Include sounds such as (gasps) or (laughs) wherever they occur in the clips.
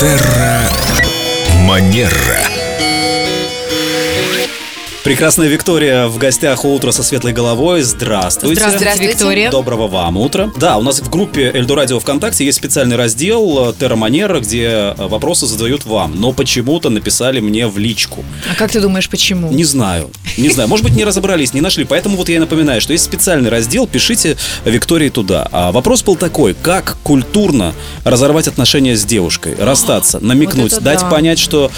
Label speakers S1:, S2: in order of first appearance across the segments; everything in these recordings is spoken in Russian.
S1: Терра Манера.
S2: Прекрасная Виктория в гостях у «Утро со светлой головой». Здравствуйте.
S3: Здравствуйте,
S4: Здравствуйте.
S3: Виктория.
S2: Доброго вам утра. Да, у нас в группе Эльдорадио ВКонтакте есть специальный раздел э, «Терра Манера», где э, вопросы задают вам, но почему-то написали мне в личку.
S3: А как ты думаешь, почему?
S2: Не знаю, не знаю. Может быть, не разобрались, не нашли. Поэтому вот я и напоминаю, что есть специальный раздел, пишите Виктории туда. А вопрос был такой, как культурно разорвать отношения с девушкой,
S3: (gasps)
S2: расстаться, намекнуть,
S3: это
S2: дать
S3: да.
S2: понять, что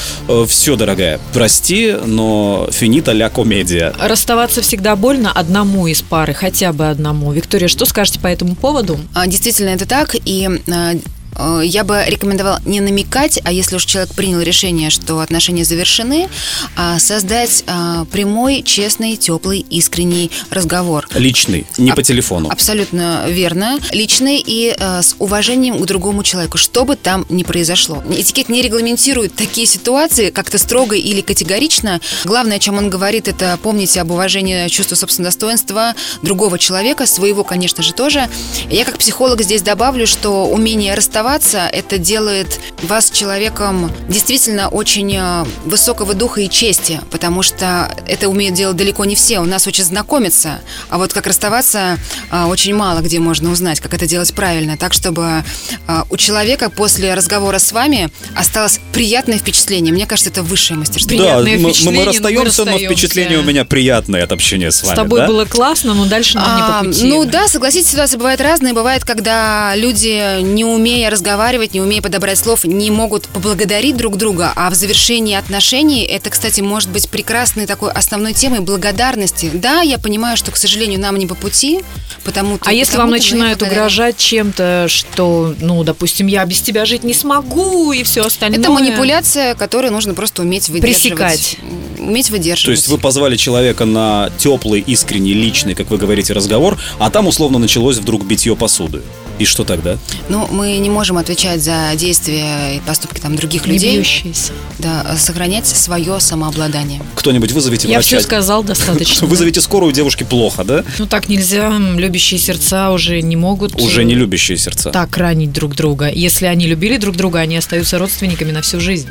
S2: все, дорогая, прости, но финита ля комедия.
S3: Расставаться всегда больно одному из пары, хотя бы одному. Виктория, что скажете по этому поводу?
S4: А, Действительно, это так, и э, э, я бы рекомендовала не намекать, а если уж человек принял решение, что отношения завершены, а, создать а, прямой, честный, теплый, искренний разговор.
S2: Личный, не
S4: Аб-
S2: по телефону.
S3: А,
S4: Абсолютно верно. Личный и э, с уважением к другому человеку, что бы там ни произошло. Этикет не регламентирует такие ситуации как-то строго или категорично. Главное, о чем он говорит, это помните об уважении чувства собственного достоинства другого человека, своего, конечно же, тоже. Я как психолог здесь добавлю, что умение расставаться, это делает вас человеком действительно очень э, высокого духа и чести, потому что это умеют делать далеко не все. У нас очень знакомиться, а вот как расставаться а, очень мало где можно узнать, как это делать правильно, так чтобы а, у человека после разговора с вами осталось приятное впечатление. Мне кажется, это высшее
S2: Да,
S4: мастерство.
S3: Приятное
S2: мы- мы,
S3: впечатление, но мы
S2: расстаемся, но
S3: расстаемся.
S2: впечатление у меня приятное от общения с
S3: С
S2: вами.
S3: тобой
S2: да?
S3: было классно, но дальше нам
S4: А,
S3: не по пути.
S4: ну да, согласитесь, ситуации бывают разные. Бывает, когда люди, не умея разговаривать, не умея подобрать слов, не могут поблагодарить друг друга. А в завершении отношений это, кстати, может быть прекрасной такой основной темой благодарности. Да, я понимаю, что, к сожалению, нам не по пути, потому
S3: А если вам начинают угрожать чем-то, что, ну, допустим, я без тебя жить не смогу и все остальное.
S4: Это манипуляция, которую нужно просто уметь выдерживать.
S3: Пресекать.
S4: М, Уметь выдерживать.
S2: То есть вы позвали человека на теплый, искренний, личный, как вы говорите, разговор, а там условно началось вдруг битье посуды. И что тогда?
S4: Ну, мы не можем отвечать за действия и поступки там других
S3: Не
S4: людей.
S3: бьющиеся.
S4: Да, сохранять свое самообладание.
S2: Кто-нибудь вызовите
S3: Я
S2: врача.
S3: все сказал
S2: (laughs)
S3: достаточно.
S2: Вызовите скорую, девушке плохо, да?
S3: Ну так нельзя, м, любящие сердца уже не могут.
S2: Уже
S3: э,
S2: не любящие сердца.
S3: так ранить друг друга. Если они любили друг друга, они остаются родственниками на всю жизнь.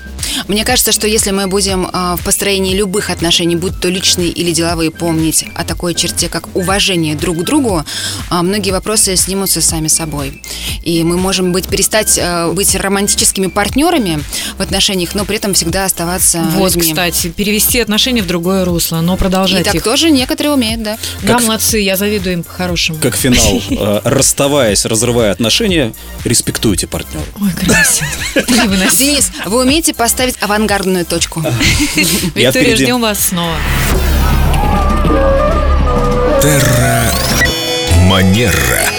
S4: Мне кажется, что если мы будем а, в построении любых отношений, будь то личные или деловые, помнить о такой черте, как уважение друг к другу, а, многие вопросы снимутся сами собой. И мы можем быть, перестать а, быть романтическими партнерами в отношениях, но при этом всегда оставаться
S3: вот,
S4: э, людьми.
S3: кстати, перевести отношения в другое русло, но
S4: И
S3: продолжать
S4: так
S3: их.
S4: тоже некоторые умеют, да.
S3: Да,
S2: Как-
S3: молодцы, я завидую им по-хорошему.
S2: Как
S3: (laughs)
S2: финал, э, расставаясь, разрывая отношения, респектуйте партнера.
S3: Ой, красиво.
S2: (laughs)
S3: Невыносимо.
S4: Денис, вы умеете поставить авангардную точку?
S2: Я
S3: Виктория,
S2: впереди.
S3: ждем вас снова.
S1: Терра Манера.